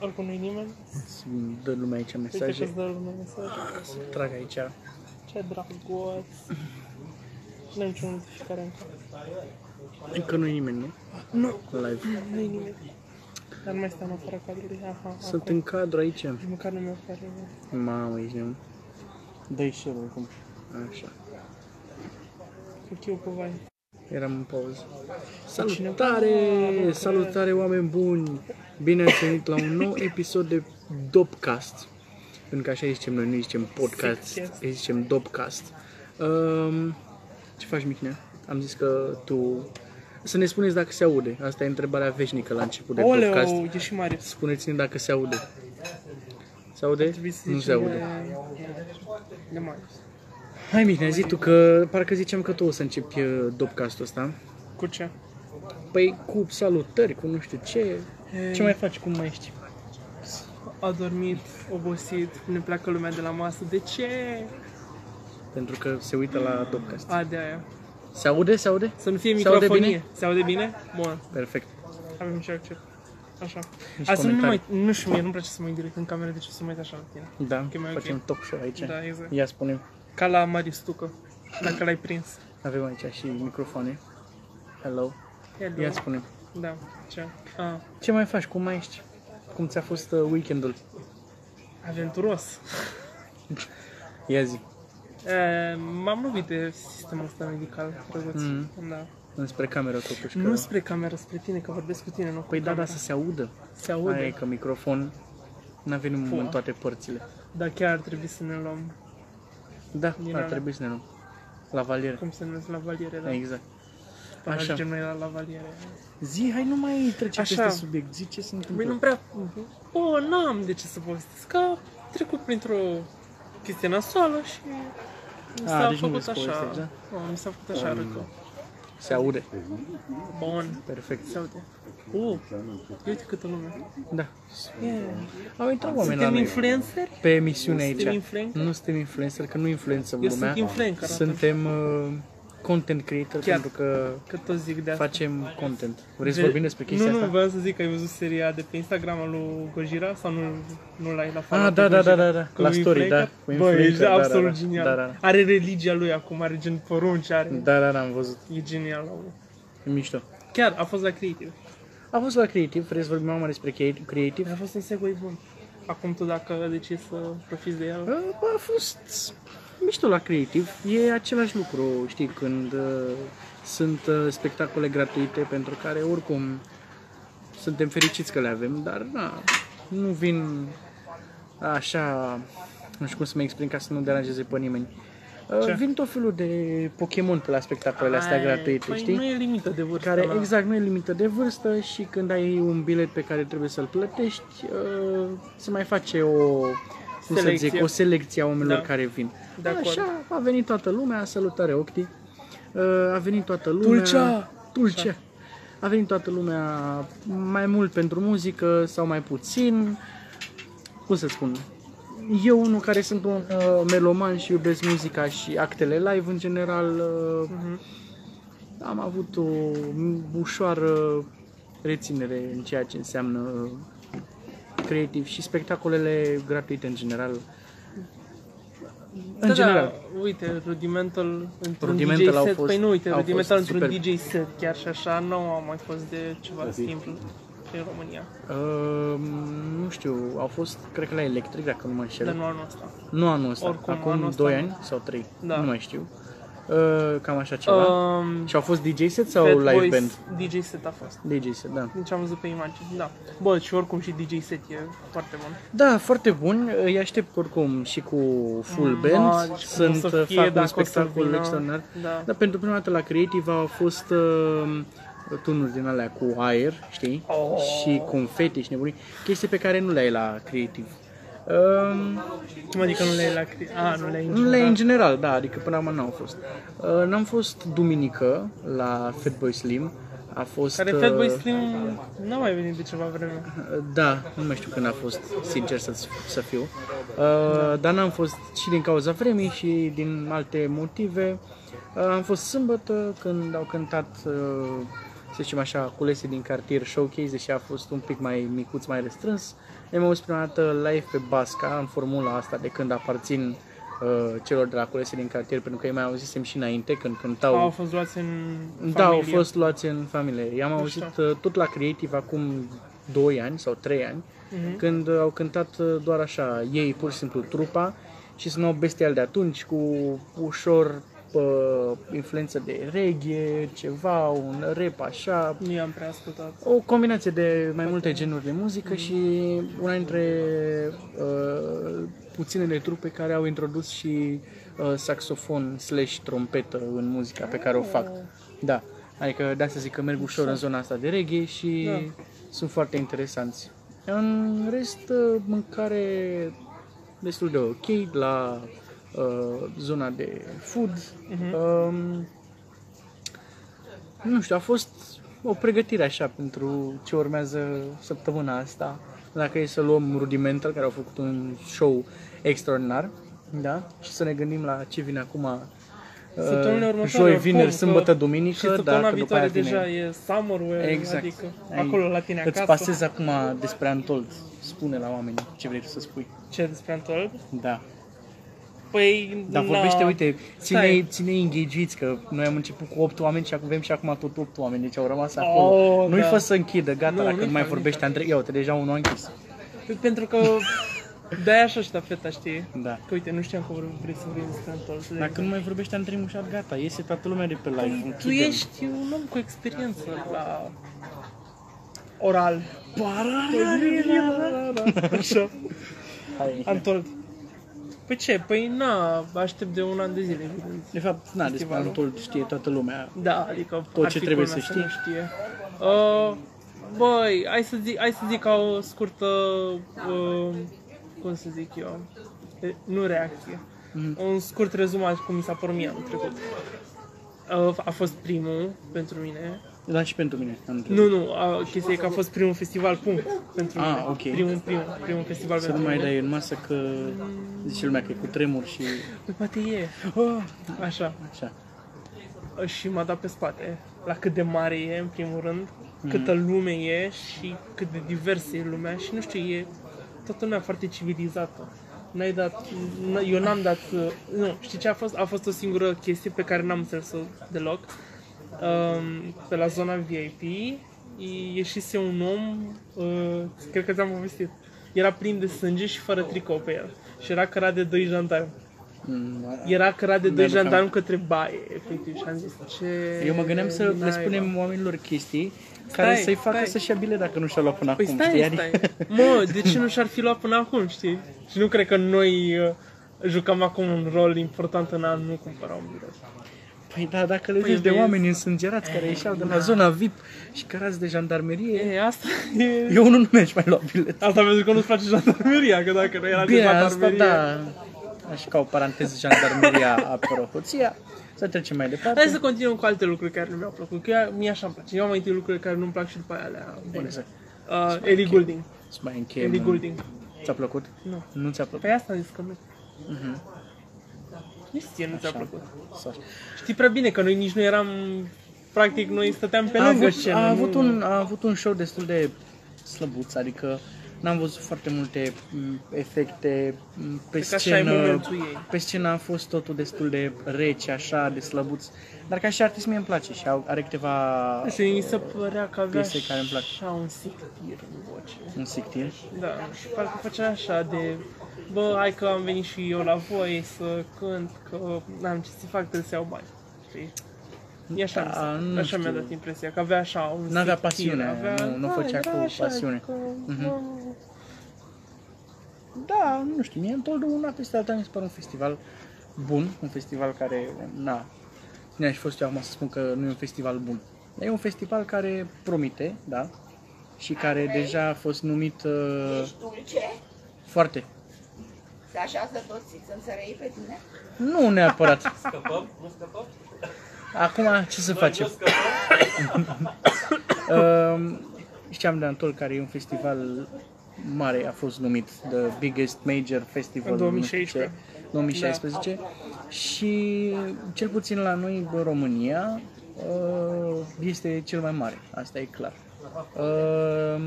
Oricum nu-i nimeni. Să dă lumea aici Uite că-ți mesaje. dă lumea mesaje. Să trag aici. Ce drăguț. N-am niciun notificare încă. Încă nu nimeni, nu? Nu, Live. nu-i nimeni. Dar nu mai stă în afara cadrului. Aha, Sunt acum. în cadru aici. Nici măcar nu mi-o pare. Mamă, ești nebun. Da, Dă-i share oricum. Așa. Cu chiu cu vai. Eram în pauză. Cineva- Salutare! Salutare oameni buni! Bine ați venit la un nou episod de Dopcast. Pentru că așa îi zicem noi, nu îi zicem podcast, Siccast. îi zicem Dopcast. Um, ce faci, Michnea? Am zis că tu... Să ne spuneți dacă se aude. Asta e întrebarea veșnică la început de podcast. Oleu, e și Marius. Spuneți-ne dacă se aude. Se aude? Trebuie să Nu se zicem aude. de- De Marius. Hai Mihnea, zi tu că parcă ziceam că tu o să începi uh, dopcastul ăsta. Cu ce? Păi cu salutări, cu nu știu ce. Ce mai faci? Cum mai ești? A dormit, obosit, ne pleacă lumea de la masă. De ce? Pentru că se uită la dopcast. A, de aia. Se aude? Se aude? Să nu fie Se aude microfonie. Se aude bine? Bun. Perfect. Avem și accept. Așa. Nici Asta nu, mai, comentarii. nu știu, mie nu-mi place să mă uit direct în cameră, deci o să mă uit așa la tine. Da, e mai ok. facem talk show aici. Da, exact. Ia spune Ca la Marius Tucă, dacă l-ai prins. Avem aici și microfoane. Hello. Hello. Ia spune Da, ce? A, Ce mai faci? Cum mai ești? Cum ți-a fost uh, weekendul? aventuros. Ia zi. E, Ehm, m-am lovit de sistemul ăsta medical, drăguț. Mhm. Da. Înspre cameră totuși. Nu Că... spre cameră, spre tine, că vorbesc cu tine, nu cu Păi da, camera. dar să se audă. se Aia e aude. că microfon n-a venit Fua. în toate părțile. Dar chiar ar trebui să ne luăm, Da, Din ar alea. trebui să ne luăm. La valieră. cum se numesc, la valiere, da. Da, exact. Până Așa. ajungem noi la, la valiere. Zi, hai nu mai trece Așa. peste subiect, zi ce se întâmplă. Băi, Păi nu prea... Bă, n-am de ce să povestesc, că am trecut printr-o chestie nasoală și... Mi s-a A, deci nu făcut vrei să așa. povestești, Nu, mi s-a făcut Ah, așa rău. Se aude. Bun. Perfect. Se aude. Uh, uite câtă lume. Da. Yeah. Au intrat oameni la Suntem noi. influenceri? Pe emisiune aici. Suntem influencer? Nu suntem influencer, că nu influențăm Eu lumea. sunt influencer Suntem uh, content creator Chiar. pentru că Că toți zic de asta. facem content. Vrei să De- vorbim despre chestia nu, Nu, asta? vreau să zic că ai văzut seria de pe Instagram al lui Gojira sau nu, nu l-ai la Ah, follow pe da, da, da, Gojira? da, da. Cu La story, influencer? da, cu Bă, influencer, e da, da, absolut da. genial. Da, da, da. Are religia lui acum, are gen porunci, are... Da, da, da, am văzut. E genial, omul. E mișto. Chiar, a fost la Creative. A fost la Creative, vrei să vorbim mai mult despre crea- Creative? A fost un segway bun. Acum tu dacă decizi să profiți de el, Uh, Bă, a fost mișto la creativ. E același lucru, știi, când uh, sunt uh, spectacole gratuite pentru care oricum suntem fericiți că le avem, dar na, nu vin așa, nu știu cum să mă exprim ca să nu deranjeze pe nimeni. Uh, Ce? Vin tot felul de Pokémon pe la spectacolele astea Ai, gratuite, păi știi? nu e limită de vârstă care la... exact nu e limită de vârstă și când ai un bilet pe care trebuie să-l plătești, uh, se mai face o cum să Selecție. zic, o selecție a oamenilor Da. care vin. De acord. Așa a venit toată lumea, salutare Octi. Uh, A venit toată lumea. Tulcea! Tulcea. Da. A venit toată lumea mai mult pentru muzică sau mai puțin. Cum să spun? Eu, unul care sunt un uh, meloman și iubesc muzica și actele live în general, uh, Mhm. am avut o ușoară reținere în ceea ce înseamnă creativ și spectacolele gratuite în general. În da, general. Da, uite, Rudimental într-un Rudimental DJ au set. fost- păi nu, uite, au Rudimental fost într-un superb. DJ set, chiar și așa, nu a mai fost de ceva simplu în România, Uh, nu știu, au fost, cred că la Electric, dacă nu mă înșel. dar Da, nu anul ăsta. Nu anul ăsta, Oricum, acum anul 2 ăsta nu. ani sau 3, Da. nu mai știu. Uh, cam așa ceva. Um, și au fost DJ set sau live Boys band? DJ set a fost. DJ set, da. Deci am văzut pe imagine, da. Bă, și oricum și DJ set e foarte bun. Da, foarte bun. Îi aștept oricum și cu full Mm, band. mă, deci cum o Sunt, uh, să fac fie, dacă un o să spectacol vină. extraordinar. Da. Dar pentru prima dată la Creative au fost uh, tunuri din alea cu aer, știi? Oh. Și confete și nebunii. Chestii pe care nu le ai la Creative. Um, Cum adică nu le-ai la cri- A, nu le-ai în nu le ai general. în general, da, adică până acum n-au fost. Uh, n-am fost duminică la Fatboy Slim. A fost... Care uh, Fatboy Slim n-a mai venit de ceva vreme. Da, nu mai știu când a fost, sincer să, să fiu. Uh, dar n-am fost și din cauza vremii și din alte motive. Uh, am fost sâmbătă când au cântat uh, să zicem așa, culese din cartier showcase, deși a fost un pic mai micuț, mai restrâns. Ne-am auzit prima dată live pe Basca, în formula asta de când aparțin uh, celor de la culese din cartier, pentru că ei mai auzisem și înainte când cântau. Au fost luați în familie. Deci da. Da, au fost luați în familie. I-am Mișto. auzit uh, tot la Creative acum 2 ani sau 3 ani, Mhm. când uh, au cântat uh, doar așa, ei pur și simplu trupa și sunau bestial de atunci cu ușor uh, influență de reggae, ceva, un rap așa, Nu i-am prea ascultat. o combinație de mai multe genuri de muzică și una dintre uh, puținele trupe care au introdus și uh, saxofon slash trompetă în muzica pe care o Oh. fac. Da, adică de asta zic că merg ușor în zona asta de reggae și Da. sunt foarte interesanți. În rest, uh, mâncare destul de ok la uh, zona de food. Mhm. Um, nu știu, a fost o pregătire așa pentru ce urmează săptămâna asta. Dacă e să luăm Rudimental, care au făcut un show extraordinar, da? Și să ne gândim la ce vine acum uh, Săptămâna următoare, joi, vineri, oricum, sâmbătă, că- duminică, Și săptămâna dacă după aia viitoare vine... deja e Summerwell, Exact. adică Ai- acolo la tine Îți acasă. pasez acum despre Antold. Spune la oameni ce vrei tu să spui. Ce despre Antolb? Da. Păi, Dar na, Da, vorbește, uite, ține, Stai. ține engageiți, că noi am început cu 8 oameni și acum avem și acum tot 8 oameni, deci au rămas Oh, acolo. nu-i da. fă să închidă, gata, Nu, dacă nu-i nu mai fac, vorbește nu-i fac. Andrei, ia uite, deja unul a închis. Pentru că de-aia așa ștafeta, știi? Da. Că uite, nu știam că vorbim, vrei să vorbim despre Antolb. de Dacă nu mai vorbește Andrei Mușat, gata, iese toată lumea de pe live, exemplu. Tu închidem. ești un om cu experiență la oral. Așa. Hai. Antolb. Păi ce? Păi na, aștept de un an de zile, evident. De fapt, na, despre Festivalul. Antold știe toată lumea. Da, adică Tot ar ce fi trebuie culmea să nu știe. Uh, băi, hai să zic, hai să zic ca o scurtă, uh, cum să zic eu, e- nu reacție. Mhm. Un scurt rezumat cum mi s-a părut mie anul trecut. Uh, a fost primul pentru mine. Da, și pentru mine, Andrei. Nu, nu, a, chestia e că a fost primul festival, punct, pentru Ah, mine. ok. Primul, primul, primul festival Să nu pentru mai mine. dai în masă că zice lumea că e cu tremur și... Păi, poate e, Ah, așa. Așa. și m-a dat pe spate la cât de mare e, în primul rând, câtă lume e și cât de diversă e lumea și nu știu, e toată lumea foarte civilizată. N-ai dat, n- eu n-am dat, uh, nu, știi ce a fost? A fost o singură chestie pe care n-am înțeles-o deloc. Um, pe la zona VIP i- ieșise un om, uh, cred că ți-am povestit, era plin de sânge și fără tricou pe el. Și era cărat de doi jandarmi. Mm, Era cărat de doi Mi-aduc jandarmi aminte. către baie, efectiv, și am zis, ce... Eu mă gândeam să le naiba. spunem oamenilor chestii care Stai, să-i facă stai. să-și ia bilet dacă nu și-au luat până Păi acum. stai, știi? stai. Adică- Mă, de ce nu și-ar fi luat până acum, știi? Și nu cred că noi uh, jucăm acum un rol important în a nu cumpăra un bilet. Păi da, dacă le Păi zici vezi. de Eh, da. oameni însângerați care ieșeau de la zona VIP și cărați de jandarmerie, E, asta e... eu unul nu mi-aș mai lua bilet. Asta pentru că nu-ți place jandarmeria, că dacă nu era de Bine, asta jandarmerie... da. Aș ca o paranteză jandarmeria apără hoția. Să trecem mai Hai departe. să continuăm cu alte lucruri care nu mi-au plăcut, că eu- mie așa îmi place. Eu am mai întâi lucruri care nu-mi plac și după aia alea bune. Exact. Uh, Ellie Goulding. Să mai încheiem. Ellie Goulding. Ți-a plăcut? Nu. Nu ți-a plăcut? Păi asta am zis că nu. Mhm. Nici ție nu ți-a Așa. plăcut. Sau- Știi prea bine că noi nici nu eram... Practic, noi stăteam pe a lângă avut, scenă. a, nu- avut un, a avut un show destul de slăbuț, adică n-am văzut foarte multe m, efecte m, pe Cred că așa e scenă. momentul ei. Pe scenă a fost totul destul de rece, așa, de slăbuț. Dar ca și artist mie îmi place și au- are câteva Nu știu, mi se părea că avea piese care îmi plac. așa un sictir în voce. un sictin. Da, și parcă făcea așa de... Bă, hai că am venit și eu la voi să cânt, că n-am ce să fac, trebuie să iau bani. Știi? E așa, Da, mi se- nu așa mi-a știu. dat impresia, că avea așa un N-avea sictir, pasiune, nu- nu da, făcea era cu așa, pasiune. Că, Mhm. bă, Da, nu știu, mie într una peste alta mi se pare un festival bun, un festival care, na, cine aș fost eu acum să spun că nu e un festival bun. Dar e un festival care promite, da, și care deja a fost numit uh, Ești dulce? foarte, Se așează toți să-mi sărăi pe tine? nu neapărat. Acum, ce să facem? Um, Știam de Antol, care e un festival mare, a fost numit The Biggest Major Festival În nu știu 2016. ce, 2016 și cel puțin la noi în România uh, este cel mai mare, asta e clar. Uh,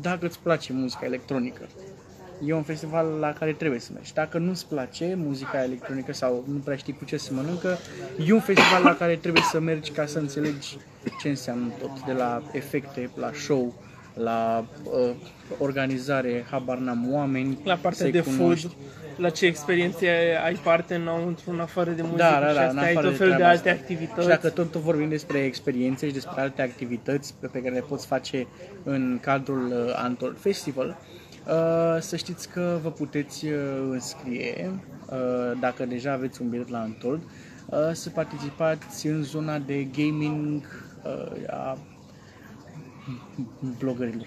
dacă îți place muzica electronică, e un festival la care trebuie să mergi. Dacă nu-ți place muzica electronică sau nu prea știi cu ce se mănâncă, e un festival la care trebuie să mergi ca să înțelegi ce înseamnă tot, de la efecte, la show, la uh, organizare, habar n-am oameni, La partea să-i de cunoști. food, la ce experiențe ai parte înăuntru, în afară de muzică Da, da, și da, asta, în ai afară tot de felul de treaba alte asta. activități. Și dacă tot vorbim despre experiențe și despre alte activități pe pe care le poți face în cadrul uh, Antol Festival, uh, să știți că vă puteți uh, înscrie, uh, dacă deja aveți un bilet la Antol, uh, să participați în zona de gaming uh, a blogărilor.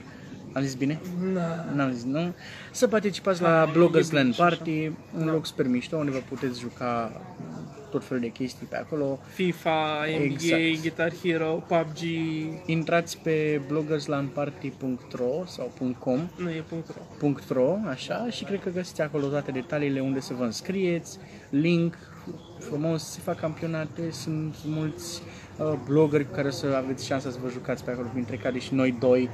Am zis bine? Na, N-am zis, nu? Da. Să participați la Bloggers Land Party, un loc super mișto unde vă puteți juca tot felul de chestii pe acolo. FIFA, NBA, Exact. Guitar Hero, PUBG, Intrați pe bloggerslandparty.ro sau .com nu e punctul. ăla. .ro, așa, și cred că găsiți acolo toate detaliile unde să vă înscrieți, link, frumos, se fac campionate, sunt mulți uh, blogări cu care o să aveți șansa să vă jucați pe acolo, printre care și noi doi.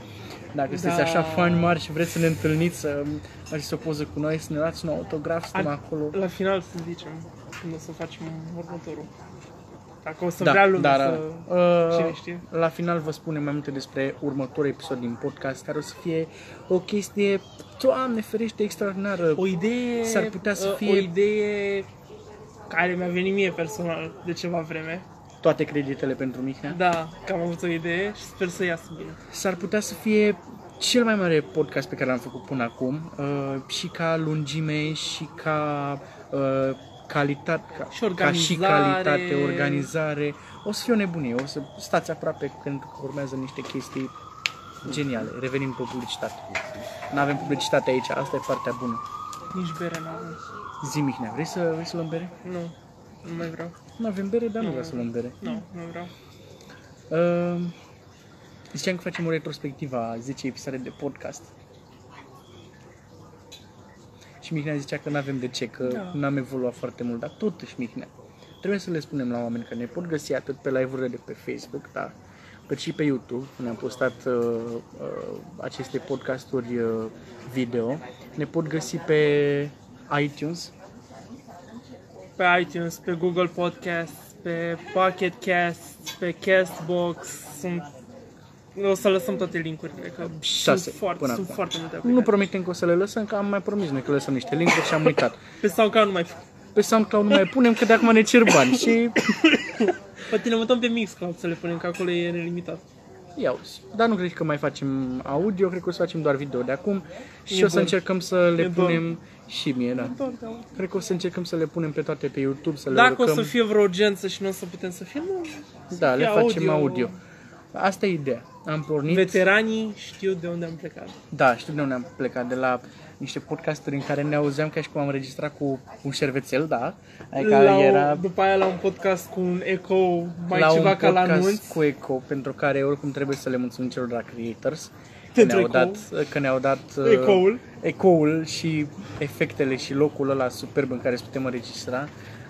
Dacă sunteți Da. așa fani mari și vreți să ne întâlniți, să faceți o poză cu noi, să ne dați un autograf, suntem acolo. La final să zicem, când o să facem următorul. Dacă o să Da, vrea lumea da, da, să... da. Uh, cine știe. La final vă spunem mai multe despre următorul episod din podcast, care o să fie o chestie, doamne ferește, extraordinară. O idee, S-ar putea să uh, fie- o idee care mi-a venit mie personal de ceva vreme. Toate creditele pentru Mihnea. Da, că am avut o idee și sper să iasă bine. s-ar putea să fie cel mai mare podcast pe care l-am făcut până acum uh, și ca lungime și ca uh, calitate, ca, Și ca și organizare. calitate, organizare. O să fie o nebunie, o să stați aproape când urmează niște chestii geniale. Revenim pe publicitate. Nu avem publicitate aici, asta e partea bună. Nici bere n-am. Zi, Mihnea, vrei să, vrei să luăm bere? Nu, nu mai vreau. Nu avem bere, dar nu vreau să luăm bere. Nu, nu vreau. Uh, ziceam că facem o retrospectivă a 10 episoade de podcast. Și Mihnea zicea că nu avem de ce, că Da. n-am evoluat foarte mult, dar totuși, Mihnea, trebuie să le spunem la oameni că ne pot găsi atât pe live-urile de pe Facebook, da, cât și pe YouTube, unde am postat uh, uh, aceste podcasturi uh, video. Ne pot găsi pe iTunes, Pe iTunes, pe Google Podcast, pe Pocket Cast, pe Castbox, sunt... O să lăsăm toate linkurile, că Șase, sunt, foarte, până sunt acum. foarte multe Nu aplicații. promitem că o să le lăsăm, că am mai promis noi că lăsăm niște link-uri și am uitat. Pe SoundCloud nu mai... pe SoundCloud nu mai punem, că de acum ne cer bani și Pe tine mutăm pe Mixcloud să le punem, că acolo e nelimitat. ia uzi. Dar nu cred că mai facem audio, cred că o să facem doar video de acum și E o să bun. încercăm să le E bun. punem și mie, da. Cred că o să încercăm să le punem pe toate pe YouTube, să le Dacă o urcăm. să fie vreo urgență și nu o să putem să filmăm, da, le fie facem audio. audio. Asta e ideea. Am pornit. veteranii știu de unde am plecat. Da, știu de unde am plecat, de la niște podcasturi în care ne auzeam ca și cum am registrat cu un șervețel, da. Adică la era o, după aia la un podcast cu un eco mai la ceva un ca la podcast anunț. cu Eco, pentru care oricum trebuie să le mulțumim celor de la Creators. Că Pentru ne-au, ecou. dat, că ne-au dat uh, Ecoul. ecoul și efectele și locul ăla superb în care îți putem înregistra.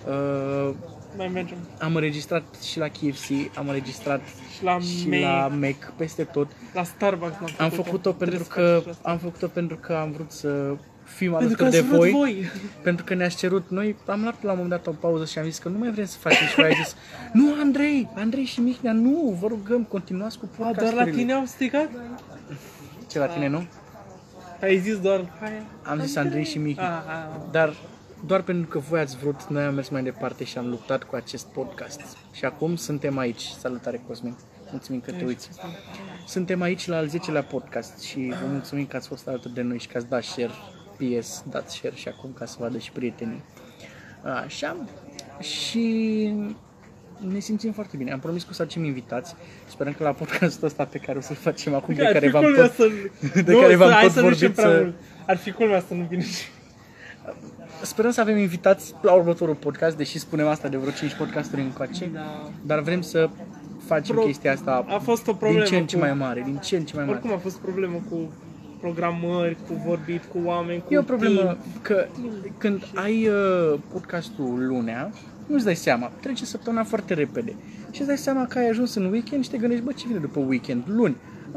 Uh, Mai mergem. am înregistrat și la KFC, am înregistrat Și la și Mac. la Mac, peste tot. La Starbucks l-am Am făcut-o pentru Trebuie să că faci și asta. am făcut-o pentru că am vrut să fim Pentru alături că ați de vrut voi, voi. voi. pentru că ne-ați cerut noi, am luat la un moment dat o pauză și am zis că nu mai vrem să facem și voi ai zis, nu Andrei, Andrei și Mihnea, nu, vă rugăm, continuați cu A, podcasturile. doar la tine am strigat? Ce, la tine, nu? Ai zis doar hai. Ah, Am zis Andrei și Mihnea. A, a, Dar doar pentru că voi ați vrut, noi am mers mai departe și am luptat cu acest podcast. Și acum suntem aici. Salutare, Cosmin. Mulțumim că te uiți. Suntem aici la al 10-lea podcast și vă mulțumim că ați fost alături de noi și că ați dat share. PS, dați share și acum ca să vadă și prietenii. Așa. Și ne simțim foarte bine. Am promis că o să facem invitați. Sperăm că la podcastul ăsta pe care o să-l facem acum, de Ar care fi v-am culmea tot... să... de Nu, care să- v-am hai tot să nu zicem vorbit prea să- mult. Ar fi culmea să nu vină și... Sperăm să avem invitați la următorul podcast, deși spunem asta de vreo 5 podcasturi încoace. Da. Dar vrem să facem Pro- chestia asta A fost o din problemă ce în ce cu- mai mare, din ce în ce mai mare. Oricum a fost problemă cu programări, cu vorbit cu oameni, cu E o problemă timp. că când ai uh, podcastul lunea, nu-ți dai seama. Trece săptămâna foarte repede. Și îți dai seama că ai ajuns în weekend și te gândești, bă, ce vine după weekend? Luni.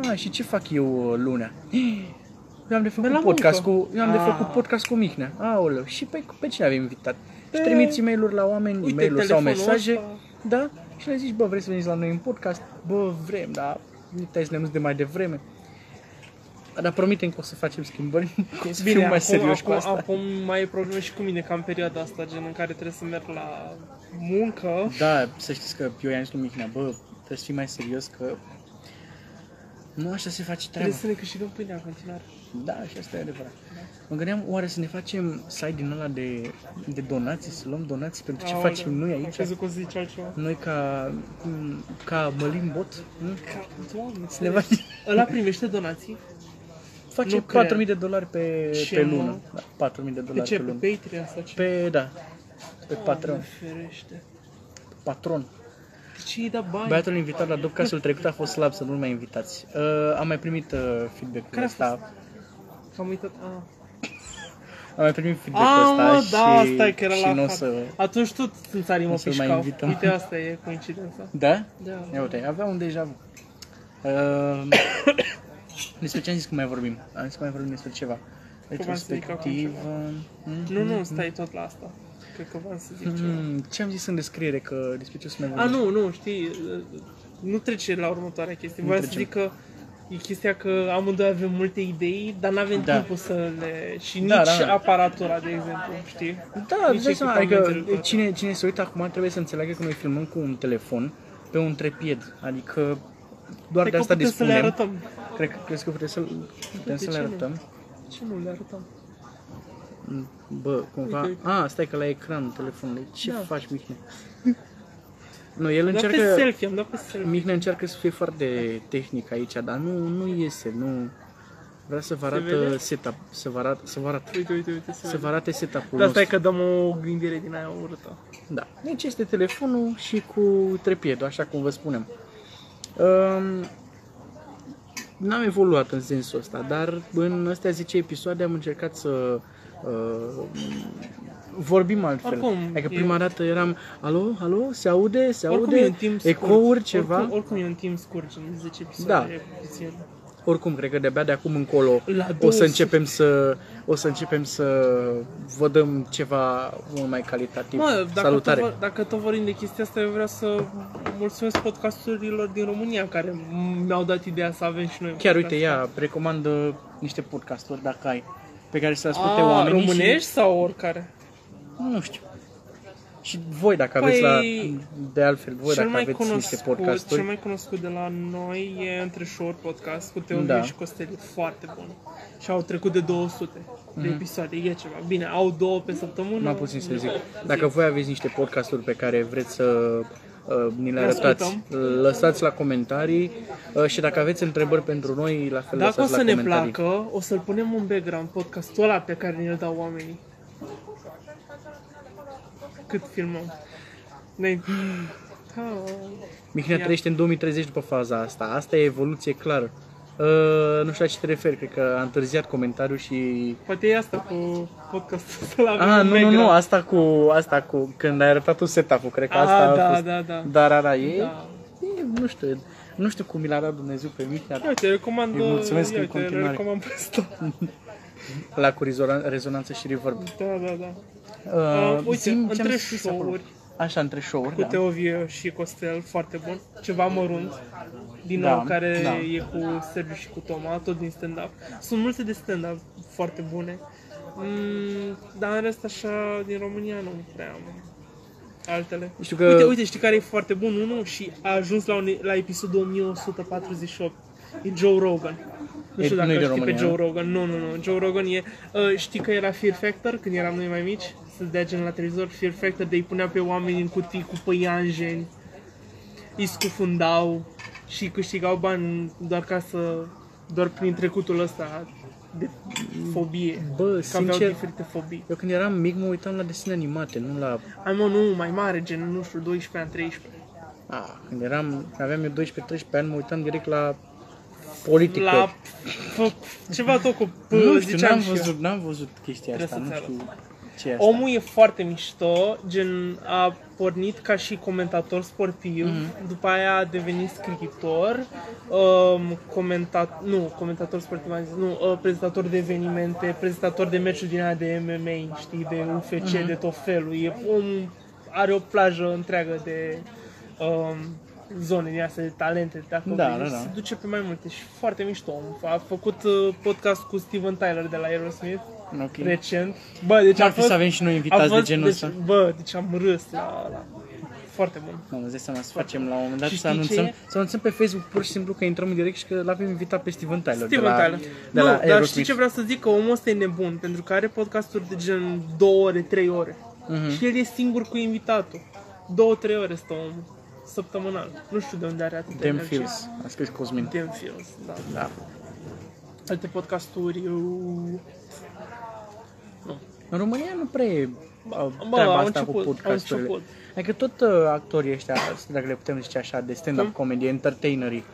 A, și ce fac eu uh, lunea? Eu am de făcut la podcast muncă. cu, eu am de Ah. făcut podcast cu Mihnea. Aoleu, și pe, pe cine avem invitat? Și trimiți e la oameni, Uite, e sau telefonul mesaje. ăsta. Da? Și le zici, bă, vrei să veniți la noi în podcast? Bă, vrem, dar puteai să ne anunți de mai devreme. Dar promitem că o să facem schimbări, că o să fim mai serioși cu Deci, acum, asta. acum mai e probleme și cu mine, că am perioada asta, gen în care trebuie să merg la muncă. Da, să știți că eu i-am zis lui Mihnea, bă, trebuie să fii mai serios că nu așa se face treaba. Trebuie să ne câștigăm pâinea în continuare. Da, și asta e adevărat. Mă gândeam, oare să ne facem site din ăla de, de donații, să luăm donații pentru ce Aoleu, facem noi Am aici? crezut că o să zici altceva. Noi ca, cum- ca Mălin Bot, nu? Ca, doamne, ne înțelegi? facem- Ăla primește donații? Facem Nu 4.000 cred. de dolari pe, Ce, pe mă? lună. Da, 4.000 de Pe dolari pe, ce? pe Pe lună. Patreon sau ce? Pe, da, pe Doamne patron. ferește. patron. De ce îi da bani? Băiatul invitat la Dopcastul trecut a fost slab să nu-l mai invitați. Uh, am mai primit uh, feedback-ul Care a ăsta. Că Am uitat. A, Am mai primit feedback-ul a ăsta mă, și, da, asta e că era și la nu o cap. să... Atunci tot sunt țarii mă o să-l mai pișcau. invităm. Uite, asta e coincidența. Da? Da. Ia uite, avea un deja vu. Uh, despre ce am zis că mai vorbim? Am zis că mai vorbim despre ceva. v-am să zic acum Retrospectivă... Mm? Nu, nu, stai tot la asta. Cred că v-am să zic ceva. Mm, ce am zis în descriere că despre ce o să mai A, vorbim? Ah, nu, nu, știi, nu trece la următoarea chestie. Nu Vreau să trecem. zic că e chestia că amândoi avem multe idei, dar nu avem Da. timpul să le... și nici Da, da, da. aparatura, de exemplu, știi? Da, Nici îți dai seama, adică echipamentele toate. cine, cine se uită acum trebuie să înțeleagă că noi filmăm cu un telefon pe un trepied, adică Cred doar de că asta Păi putem să le dispunem. arătăm. Cred că crezi că putem să, de putem să le ce nu? arătăm. Ce nu le arătăm? Bă, cumva... Uite, uite. A, stai că la ecran telefonul. Ce Da. faci, Mihnea? Nu, el Am dat pe încearcă... selfie, am dat pe selfie. Mihnea încearcă să fie foarte tehnic aici, dar nu, nu iese, nu... Vrea să vă arată vede? setup, să vă arate, să vă arate, Uite, uite, uite, se să vă vede. arate Dar setup-ul nostru. stai că dăm o gândire din aia urâtă. Da. Deci este telefonul și cu trepiedul, așa cum vă spunem. Um, n-am evoluat în sensul ăsta, dar în astea 10 episoade am încercat să uh, vorbim altfel. Oricum, adică e- prima dată eram, alo, alo, se aude, se Oricum aude, e un timp scurt. ecouri, ceva. Oricum, oricum e un timp scurt, în 10 episoade. Da. e puțin. Oricum, cred că de-abia de acum încolo La o 200. să începem să o să începem să vă dăm ceva mult mai calitativ. Mă, dacă Salutare. Tot, vor- dacă tot vorbim de chestia asta, eu vreau să mulțumesc podcasturilor din România care m- mi-au dat ideea să avem și noi. un Chiar podcast. uite, ea recomandă niște podcasturi dacă ai pe care să le asculte A, oamenii. Ah, românești sau oricare? Și, nu știu. Și voi dacă aveți Păi, la de altfel voi cel dacă mai, aveți niște cunoscut, podcasturi. cel mai cunoscut de la noi e între șor podcast cu Teorie Da. și Costel, foarte bun. Și au trecut de 200 de episoade, e ceva. Bine, au două pe săptămână. Mhm. N-am puțin să zic. Dacă voi aveți niște podcasturi pe care vreți să uh, ni le arătați, uh, lăsați la comentarii uh, și dacă aveți întrebări pentru noi, la fel Dacă o lăsați să la ne comentarii. placă, o să-l punem în background, podcastul ăla pe care ne-l dau oamenii. Cât filmăm? Ne... Ha, Mihnea Ia. trăiește în 2030 după faza asta. Asta e evoluție clară. Uh, nu știu la ce te referi, cred că a întârziat comentariul și Poate e asta cu podcastul să-l avem Ah, în nu, nu, nu, background. asta cu, asta cu, când ai arătat tu setup-ul, cred că Ah, asta a da, fost. da, da. Dar ara ei, Da. e, nu știu, nu știu cum mi l-a dat Dumnezeu pe Mihnea Ia uite, recomand, Îi mulțumesc ia în uite, continuare. recomand pe asta. la cu rezona- rezonanță și reverb. Da, da, da. Uh, uite, zi-mi ce-am între scris acolo. show-uri. Așa, între show-uri, Cu da. Teovie și Costel, foarte bun. Ceva mărunt, din Da, nou, care da. e cu Sergiu și cu Toma, tot din stand-up. Sunt multe de stand-up foarte bune. Mm, dar în rest, așa, din România nu prea am altele. Știu că- Uite, uite, știi care e foarte bun? Unul și a ajuns la, un, la episodul 1148. E Joe Rogan. Nu E- știu dacă nu e de știi pe România, Joe nu? Rogan. Nu, nu, nu. Joe Rogan e... Uh, știi că era Fear Factor când eram noi mai mici? Să dea gen la televizor Fear Factor, de îi punea pe oameni în cutii cu păianjeni, îi scufundau și câștigau bani doar ca să... doar prin trecutul ăsta de fobie. Bă, că aveau sincer- diferite fobii. Eu când eram mic mă uitam la desene animate, nu la... Ai mă, nu, mai mare, gen, nu știu, 12 ani, 13. Ah, când eram, când aveam eu 12-13 ani, mă uitam direct la politică. La... Fă, ceva tot cu P, nu știu, ziceam n-am și eu. văzut, n-am văzut chestia Trebuie asta, nu să-ți știu. Ce e asta? Omul e foarte mișto, gen a pornit ca și comentator sportiv, Mhm. după aia a devenit scriitor, um, comentat, nu, comentator sportiv, am zis, nu, uh, prezentator de evenimente, prezentator de meciuri din aia de MMA, știi, de UFC, Mhm. de tot felul. E om, are o plajă întreagă de um, zone din astea de talente, dacă Da, vrei. da, da. Se duce pe mai multe și foarte mișto om. A făcut uh, podcast cu Steven Tyler de la Aerosmith Ok. recent. Bă, deci Ce-ar am fi să avem și noi invitați de genul ăsta? Deci, bă, deci am râs la, la... Foarte bun. Mamă, îți dai seama să facem la un moment dat Și să știi ce anunțăm. e? Să anunțăm pe Facebook pur și simplu că intrăm în direct și că l-avem invitat pe Steven Tyler. Steven de la, Tyler. De nu, la dar știi Aerosmith. ce vreau să zic? Că omul ăsta e nebun, pentru că are podcasturi de gen 2 ore, 3 ore. Mhm. Mhm. Și el e singur cu invitatul. 2-3 ore stă omul. Săptămânal. Nu știu de unde are atât Damn Feels. A scris Cosmin. Damn feels, da. da. Alte podcasturi... eu- În România nu prea e bă, Bă, treaba au asta început, cu au podcasturile. început. Adică tot uh, actorii ăștia, dacă le putem zice așa, de stand-up Da. comedy, entertainerii.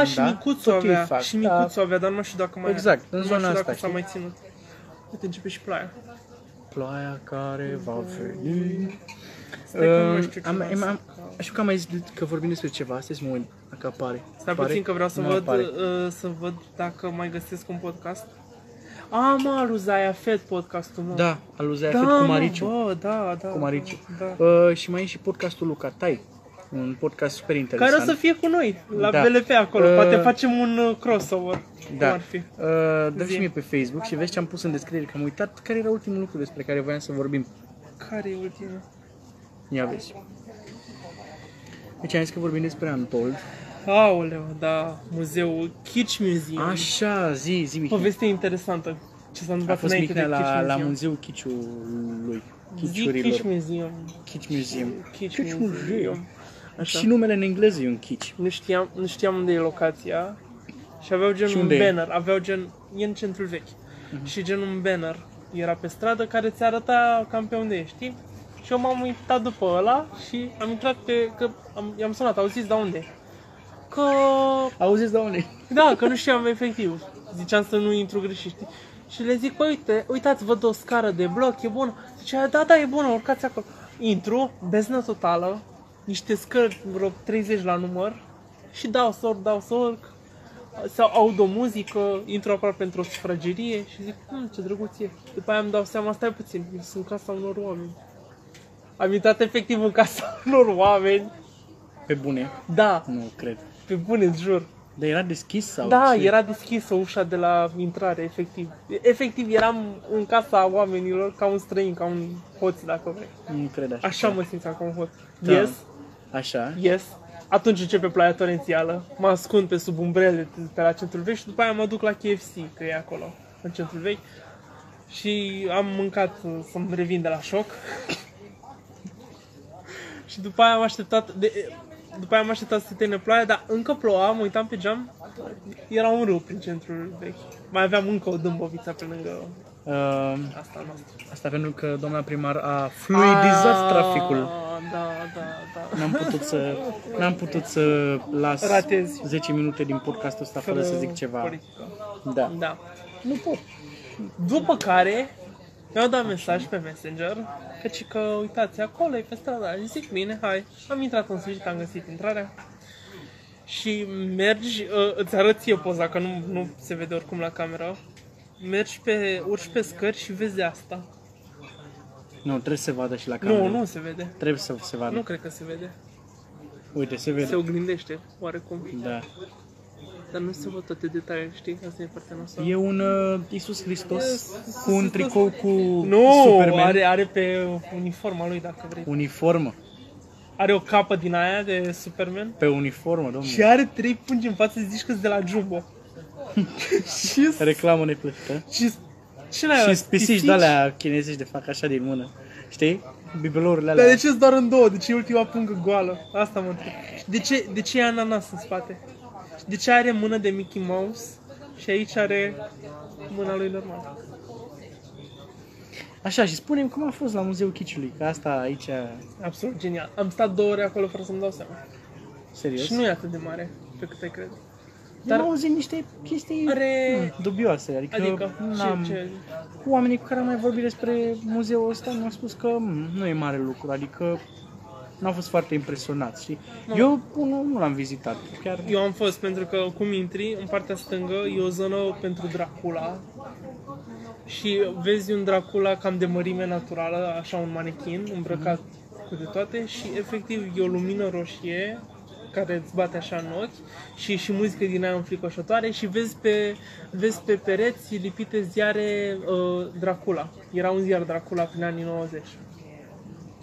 A, și Da? Micuțu Tot ei avea, fac, și da. Micuțu avea, dar nu știu dacă mai Exact, nu în mai zona știu asta, dacă s-a știi? mai ținut. Uite, începe și ploaia. Ploaia care va veni. Stai că nu mai Uh, știu ce am, mai am, am, zic. știu că am mai zis că vorbim despre ceva, astăzi mă uit dacă apare. Stai Apare? puțin că vreau să Nu văd, apare. uh, să văd dacă mai găsesc un podcast. A, mă, Ruzaia Fed podcastul, mă. Da, aluzea da, da, mă, cu Mariciu. Bă, da, da. cu Mariciu. Da. da. Uh, și mai e și podcastul lui Catai, un podcast super interesant. Care o să fie cu noi, la Da. BLP acolo. Uh, Poate facem un uh, crossover. da. Cum ar fi. Uh, dă Zi. și mie pe Facebook și vezi ce am pus în descriere, că am uitat care era ultimul lucru despre care voiam să vorbim. Care e ultimul? Ia vezi. Deci am zis că vorbim despre Antold. Aoleu, da, muzeul Kitsch Museum. Așa, zi, zi, Mihnea. Poveste interesantă. Ce s-a A întâmplat fost înainte Mihnea de Kitsch la, Museum. la muzeul Chiciului. Zic Kitsch Chiciurilor. Museum. Kitsch Museum. Kitsch Kitsch Museum. Museum. Așa. Și numele în engleză e un kitsch. nu știam, nu știam unde e locația și aveau gen Și un unde e? Mhm. banner, aveau gen, e în centrul vechi și gen un banner era pe stradă care ți arăta cam pe unde ești, știi? Și eu m-am uitat după ăla și am intrat pe, că am, i-am sunat, au zis, da unde? e?" Că, Auziți, doamne? da, că nu știam efectiv, ziceam să nu intru greșit, știi? Și le zic, păi uite, uitați, văd o scară de bloc, e bună. Zicea, da, da, e bună, urcați acolo. Intru, beznă totală, niște scări, vreo 30 la număr, și dau să urc, dau să urc. Sau aud o muzică, intru aproape într-o sufragerie și zic, hm, ce drăguț e. După aia îmi dau seama, stai puțin, eu sunt în casa unor oameni. Am intrat efectiv în casa unor oameni. Pe bune. Da, Nu cred. pe bune, îți jur. Dar era deschis sau? Da, ce? era deschisă ușa de la intrare, efectiv. Efectiv, eram în casa oamenilor ca un străin, ca un hoț, dacă vrei. Nu cred așa. Așa mă simțeam ca un hoț. Da. Yes, Așa. yes. Atunci începe ploaia torențială, mă ascund pe sub umbrele de- pe la centrul vechi și după aia mă duc la KFC, că e acolo, în centrul vechi. Și am mâncat uh, să-mi revin de la șoc. și după aia am așteptat, de, după aia am așteptat să se termine ploaia, dar încă ploua, mă uitam pe geam, era un râu prin centrul vechi. Mai aveam încă o dâmboviță pe lângă Uh, asta a noastră. asta pentru că doamna primar a fluidizat Ah. traficul. Da, da, da. N-am putut să, n-am putut să las Ratez. 10 minute din podcastul ăsta fără să zic ceva. Politică. Da. Da. Nu pot. După care mi-au dat mesaj pe Messenger că și că uitați, acolo e pe strada. Și zic, bine, hai. Am intrat în sfârșit, am găsit intrarea. Și mergi, uh, îți arăt eu poza, că nu, nu se vede oricum la cameră. Mergi pe, urci pe scări și vezi asta. Nu, trebuie să se vadă și la cameră. Nu, nu se vede. Trebuie să se vadă. Nu cred că se vede. Uite, se vede. Se oglindește, oarecum. Da. Dar nu se văd toate detaliile, știi? Asta e partea noastră. E un uh, Isus Hristos cu un tricou cu Nu, Superman. are, are pe uniforma lui, dacă vrei. Uniformă. Are o capă din aia de Superman. Pe uniformă, domnule. Mm. Și are trei pungi în față, zici că de la Jumbo. și Reclamă neplătită. și ce n-ai Și pisici de alea chinezești de fac așa din mână. Știi? Bibelourile alea. Dar de ce doar în două? De ce e ultima pungă goală? Asta mă întreb. Și De ce, de ce e ananas în spate? Și De ce are mână de Mickey Mouse și aici are mâna lui normal? Așa, și spunem cum a fost la Muzeul Chiciului, că asta aici, Absolut genial. Am stat două ore acolo fără să-mi dau seama. serios. Și nu e atât de mare pe cât ai crede. Dar Dar- am auzit niște chestii Are- mm, dubioase. Adică, Adică, n-am... ce, ce, cu oamenii cu care am mai vorbit despre muzeul ăsta, mi-au spus că mm, nu e mare lucru, adică n-au fost foarte impresionat, știi? Eu până nu l-am vizitat, chiar Eu am fost pentru că cum intri în partea stângă e o zonă pentru Dracula și vezi un Dracula cam de mărime naturală, așa un manechin îmbrăcat cu de toate și efectiv e o lumină roșie care îți bate așa în ochi și și muzică din aia înfricoșătoare și vezi pe, vezi pe pereți lipite ziare uh, Dracula. Era un ziar Dracula prin anii 90.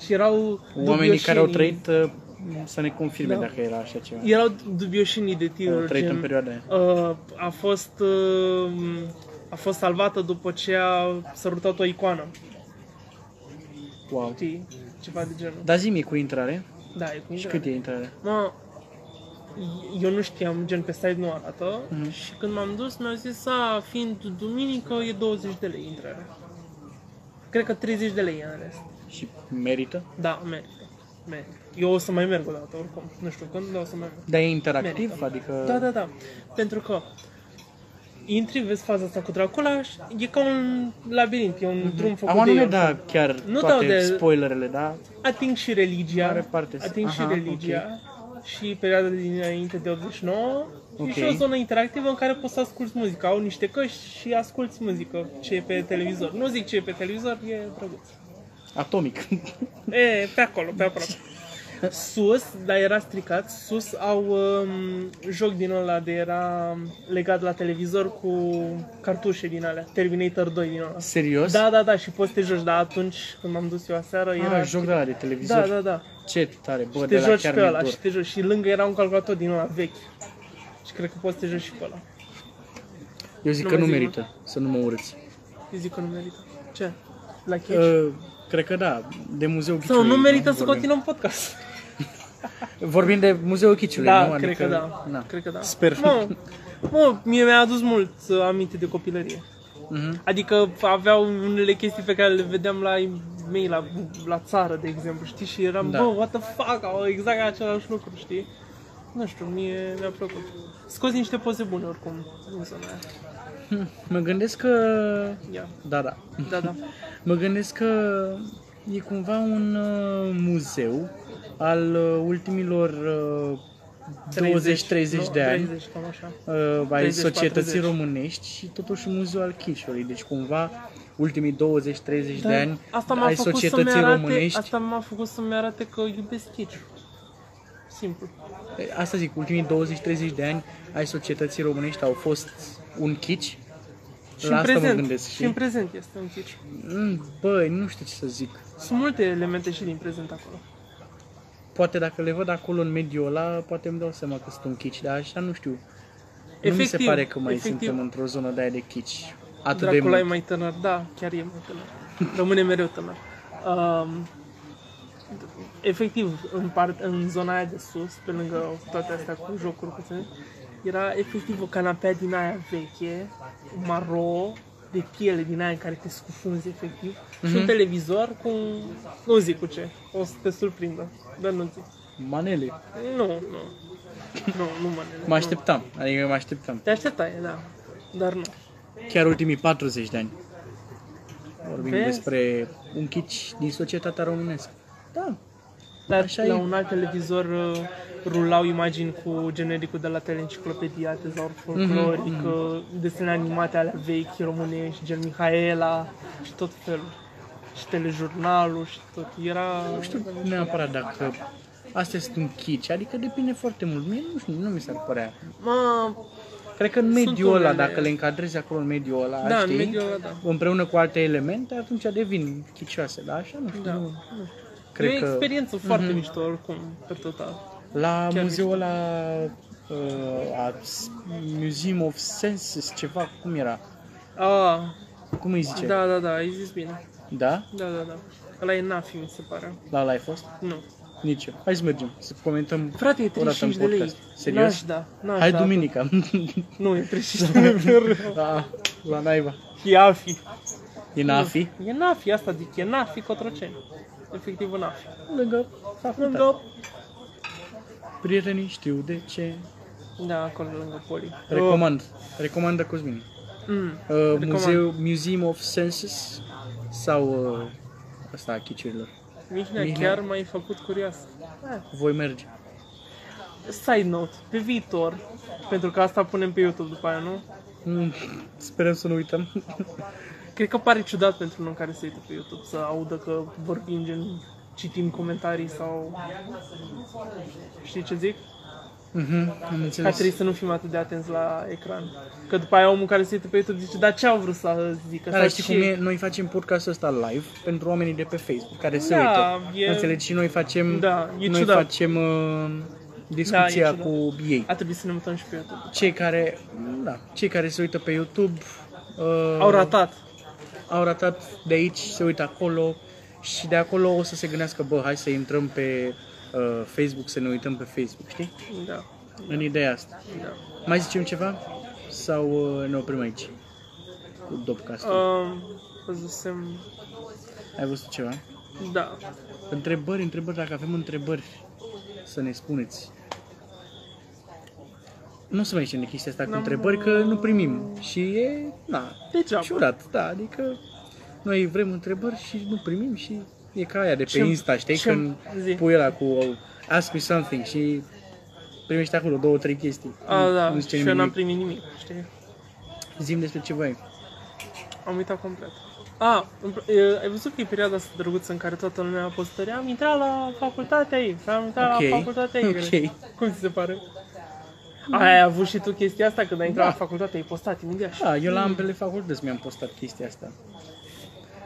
Și erau Oamenii care au dubioșenii- trăit uh, să ne confirme Da. dacă era așa ceva. erau dubioșenii de Au tiruri. trăit gen, în perioada aia. uh, a fost uh, a fost salvată după ce a sărutat o icoană. Wow. Știi? Ceva de genul. Dar zi cu intrare. Da, e cum Și cât e intrare? Mă, eu nu știam, gen pe site nu arată Mhm. și când m-am dus mi-au zis, a, fiind duminică, e 20 de lei intrare. Cred că 30 de lei e în rest. Și merită? Da, merită. Merită. Eu o să mai merg o dată, oricum. Nu știu când, dar o să mai merg. Dar e interactiv? Merită. Adică... Da, da, da. Pentru că intri, vezi faza asta cu Dracula și e ca un labirint, e un drum făcut Acum nu de ne el. Mhm. da chiar Nu toate dau de- spoilerele, da? Ating și religia. Mare parte. Ating și Aha, religia. Și perioada dinainte de 89 Ok. okay. și o zonă interactivă în care poți să asculti muzica. Au niște căști și asculti muzică ce e pe televizor. Nu zic ce e pe televizor, e drăguț. Atomic. E, pe acolo, pe aproape. Sus, dar era stricat, sus au um, joc din ăla de era legat la televizor cu cartușe din alea, Terminator 2 din ăla. Serios? Da, da, da, și poți să te joci, dar atunci când m-am dus eu aseară era... Era Ah, joc de la de da, televizor. da, da. Ce tare, bă, Și de te la joci chiar pe ăla mi și te joci. Și lângă era un calculator din ăla vechi. Și cred că poți să te joci și pe ăla. Eu zic Nu că nu mai zic, merită să nu mă urăți. Eu zic că nu merită. Ce? La Cage? Uh, cred că da, de Muzeul Deci- Sau Ghiciului. nu merită să vorbim. continuăm podcast. Vorbim de Muzeul Ghiciului, Da, nu? cred Adică- că da. Na. Cred că da. Sper. Mă, mă, mie mi-a adus mult uh, aminte de copilărie. Mhm. Adică aveau unele chestii pe care le vedeam la ei mei, la, la țară, de exemplu, știi? Și eram, Da. bă, what the fuck, au exact același lucru, știi? Nu știu, mie mi-a plăcut. Scoți niște poze bune, oricum, nu să mai... Mă gândesc că... Ia, Da, da. da, da. Mă gândesc că e cumva un uh, muzeu al uh, ultimilor uh, 20-30 de ani. 30, cam așa. uh, ai 30, societății 40. românești și totuși un muzeu al Chișului. Deci cumva ultimii 20-30 de ani Da, asta m-a ai făcut societății să-mi arate, românești. Asta Asta... m-a făcut să-mi arate că iubesc Cage. Simplu. Eh, asta zic, ultimii 20-30 de ani ai societății românești au fost un chici. Și La în asta prezent, mă gândesc. și în prezent este un Cage. Mm, Băi, nu știu ce să zic. Sunt multe elemente și din prezent acolo. Poate dacă le văd acolo în mediul ăla, poate îmi dau seama că sunt un chici, dar așa nu știu. nu mi se Efectiv, pare că mai efectiv. suntem într-o zonă de aia de chici. Atât de Dracula mult. e mai tânăr, da, chiar e mai tânăr. Rămâne mereu tânăr. Um, efectiv, în, part, în zona aia de sus, pe lângă toate astea cu jocuri, cu ține, era efectiv o canapea din aia veche, maro, de piele din aia în care te scufunzi efectiv, Mhm. mm-hmm. și un televizor cu, nu zic cu ce, o să te surprindă, dar nu zic. Manele. Nu, nu, nu, nu mă nene, Mă nu. așteptam, adică mă așteptam. Te așteptai, da, dar nu. Chiar ultimii 40 de ani. Vorbim Vezi? despre un chici din societatea românescă. Da, Dar Așa Așa la e. un alt televizor uh, rulau imagini cu genericul de la teleenciclopedia, tezaur folcloric, Mhm. mm-hmm. desene animate ale vechi românești, gen Mihaela și tot felul. Și telejurnalul și tot. Era... nu știu neapărat dacă astea sunt un chici, adică depinde foarte mult. Mie nu știu, nu mi s-ar părea. Mă, Cred că în mediul ăla, unele- dacă le încadrezi acolo în mediul ăla, Da, în știi, mediul ăla, da. împreună cu alte elemente, atunci devin chicioase, dar așa nu știu. da. nu. nu știu. Cred e o că- experiență Mhm. foarte mișto, oricum, pe total. La muzeul ăla, uh, a S- Museum of Senses, ceva, cum era? Ah, Cum îi zice? da, da, da, ai zis bine. da? Da, da, da. Ăla e nafi, mi se pare. La ăla ai fost? Nu. Nici eu. Hai să mergem, să comentăm Frate, e o dată în 35 de lei. podcast. N-aș Serios? da, n-aș Hai da. duminica. Nu, e 35 de lei. da, la naiba. Chiafi. Din AFI, E Nafi, asta zic, e Nafi Cotroceni. Efectiv un Nafi. da, lângă facultate. Lângă Prietenii știu de ce, Da, acolo lângă poli. Recomand. Recomandă Cosmin. Mm. Uh, Recomand. Muzeu, Museum of Senses sau uh, asta a chiciurilor. Mihnea, Mihnea. chiar m-ai făcut curios. Ah. Voi merge. Side note, pe viitor, pentru că asta punem pe YouTube după aia, nu? Mm, Sperăm să nu uităm. Cred că pare ciudat pentru unul care se uită pe YouTube să audă că vorbim gen citim comentarii sau... Știi ce zic? Mhm, am Ca înțeles. trebuie să nu fim atât de atenți la ecran. Că după aia omul care se uită pe YouTube zice, dar ce au vrut să zică? Dar Sau știi ce- cum e? Noi facem podcastul ăsta live pentru oamenii de pe Facebook care se Da, uită. e- Înțelegi? Și noi facem, Da, e noi ciudat. facem uh, discuția ciudat. cu ei. A trebuit să ne mutăm și pe YouTube. Cei care, da, cei care se uită pe YouTube uh, Au ratat. au ratat de aici, se uită acolo și de acolo o să se gândească, bă, hai să intrăm pe uh, Facebook, să ne uităm pe Facebook, știi? Da, În ideea asta. da. Mai zicem ceva? Sau uh, ne oprim aici? Cu dopcastul. Uh. Um, văzusem... Ai văzut ceva? Da. Întrebări, întrebări, dacă avem întrebări, să ne spuneți. Nu se mai zice de chestia asta cu întrebări, că nu primim. Și e, na, Degeaba. ciudat, da, adică noi vrem întrebări și nu primim și e ca aia de pe Ce- Insta, știi, ce- când zi. pui ăla cu oh, ask me something și primești acolo două, trei chestii. A, Nu- da, nu și zice eu n-am nimic. primit nimic, știi? Zim despre ce voi. Am uitat complet. A, în pr- e, ai văzut că e perioada asta drăguță în care toată lumea postărea? Am intrat la facultatea ei, am intrat Ok, la facultatea ei. ok. Cum ți se pare? Ai avut și tu chestia asta când ai intrat la facultate, ai postat imediat. Da, eu la ambele facultăți mi-am postat chestia asta.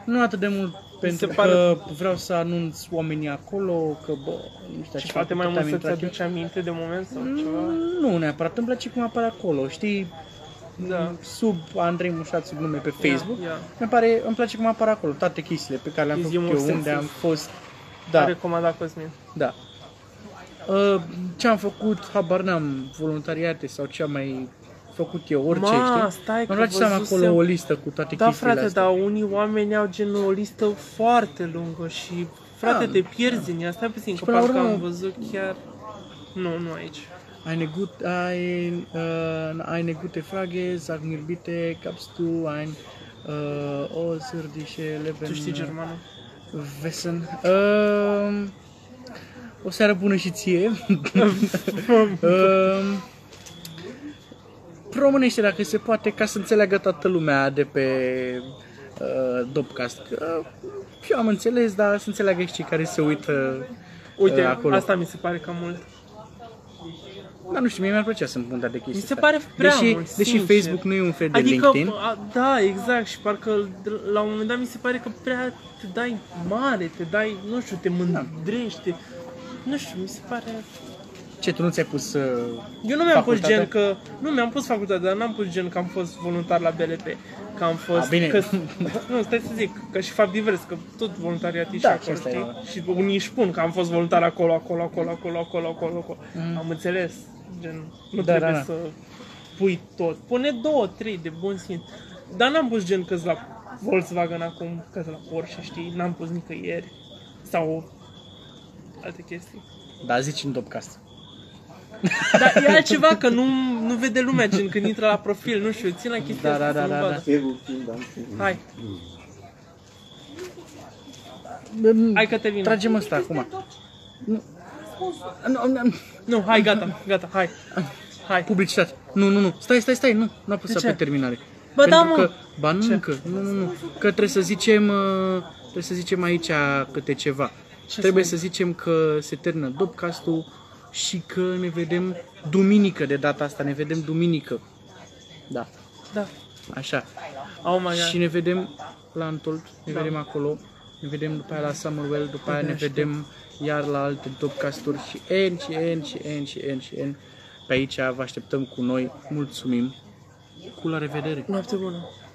Nu atât de mult pentru se pare- că vreau să anunț oamenii acolo că, bă, nu știu, Și ce Deci poate mai facultate mult am să-ți intrat eu. aduci aminte de moment sau Mm, ceva. Nu neapărat, îmi place cum apare acolo, știi? Da. Sub Andrei Mușat, sub nume pe Facebook. ia. Mi pare, îmi place cum apar acolo toate chestiile pe care le-am Museum făcut of eu, unde Senses. am fost. Da. Da, Recomandat Cosmin. da. Uh, Ce am făcut, habar n-am, voluntariate sau ce am mai făcut eu, orice, Ma, știi? stai că Îmi place să am văzusem- acolo o listă cu toate Da, chestiile frate, astea. dar unii oameni au gen o listă foarte lungă și, frate, Da, te pierzi în ea. Stai puțin, că până la parcă urmă- am văzut chiar... Nu, nu aici. Eine gut, ein, äh, eine gute Frage, sag mir bitte, gabst du ein äh, außerirdische Leben? Tu știi germană? Wesen. Ähm, o seară bună și ție. Ehm, ähm, românește dacă se poate ca să înțeleagă toată lumea de pe uh, Dopcast. Că, și eu am înțeles, dar să înțeleagă și cei care se uită Uite, uh, acolo. asta mi se pare cam mult. Dar nu știu, mie mi-ar plăcea să-mi pun de chestii Mi se astea. pare prea deși, mult, Deși sincer. Facebook nu e un fel de adică, LinkedIn. a, da, exact, și parcă la un moment dat mi se pare că prea te dai mare, te dai, nu știu, Da. te mândrești, te- nu știu, mi se pare... Ce, tu nu ți-ai pus... Uh... Eu nu mi-am pus Facultatea? gen că... Nu, mi-am pus facultatea, dar n-am pus gen că am fost voluntar la BLP. Că am fost... A, bine. Că, nu, stai să zic, că și fapt divers, că tot voluntariat e Da, și acolo, asta știi? Și unii își spun că am fost voluntar acolo, acolo, acolo, acolo, acolo, acolo, acolo. Am înțeles, gen, nu Mm. Da, trebuie da, da. să pui tot. Pune două, trei de bun simț. Dar n-am pus gen că la Volkswagen acum, că la Porsche, știi? N-am pus nicăieri. Sau alte chestii. Da, zici în Dopcast. Dar e altceva că nu, nu vede lumea gen când intră la profil, nu știu, țin la chestia Da, da, asta să da, nu da, vadă. da. Servus, vielen Dank. Hai, hai că te vin. Tragem asta acum. Nu. Nu, nu, nu. Nu, hai, gata, gata, hai. Hai. Publicitate. Nu, nu, nu. Stai, stai, stai. Nu, nu apăsa De ce? pe terminare. Bă, da, mă. că, ba nu Ce? încă. Nu, nu, nu. Că trebuie să zicem... uh, Trebuie să zicem aici câte ceva. Ce trebuie să să zicem că se termină Dopcastul și că ne vedem duminică de data asta. Ne vedem duminică. Da, Da. așa. Oh my Și god. ne vedem la Antolt, ne Da. vedem acolo, ne vedem după aia la Summerwell, după aia ne Abia vedem iar la alte topcasturi și N și N și N și N și N. Pe aici vă așteptăm cu noi, mulțumim, cu la revedere! Noapte bună.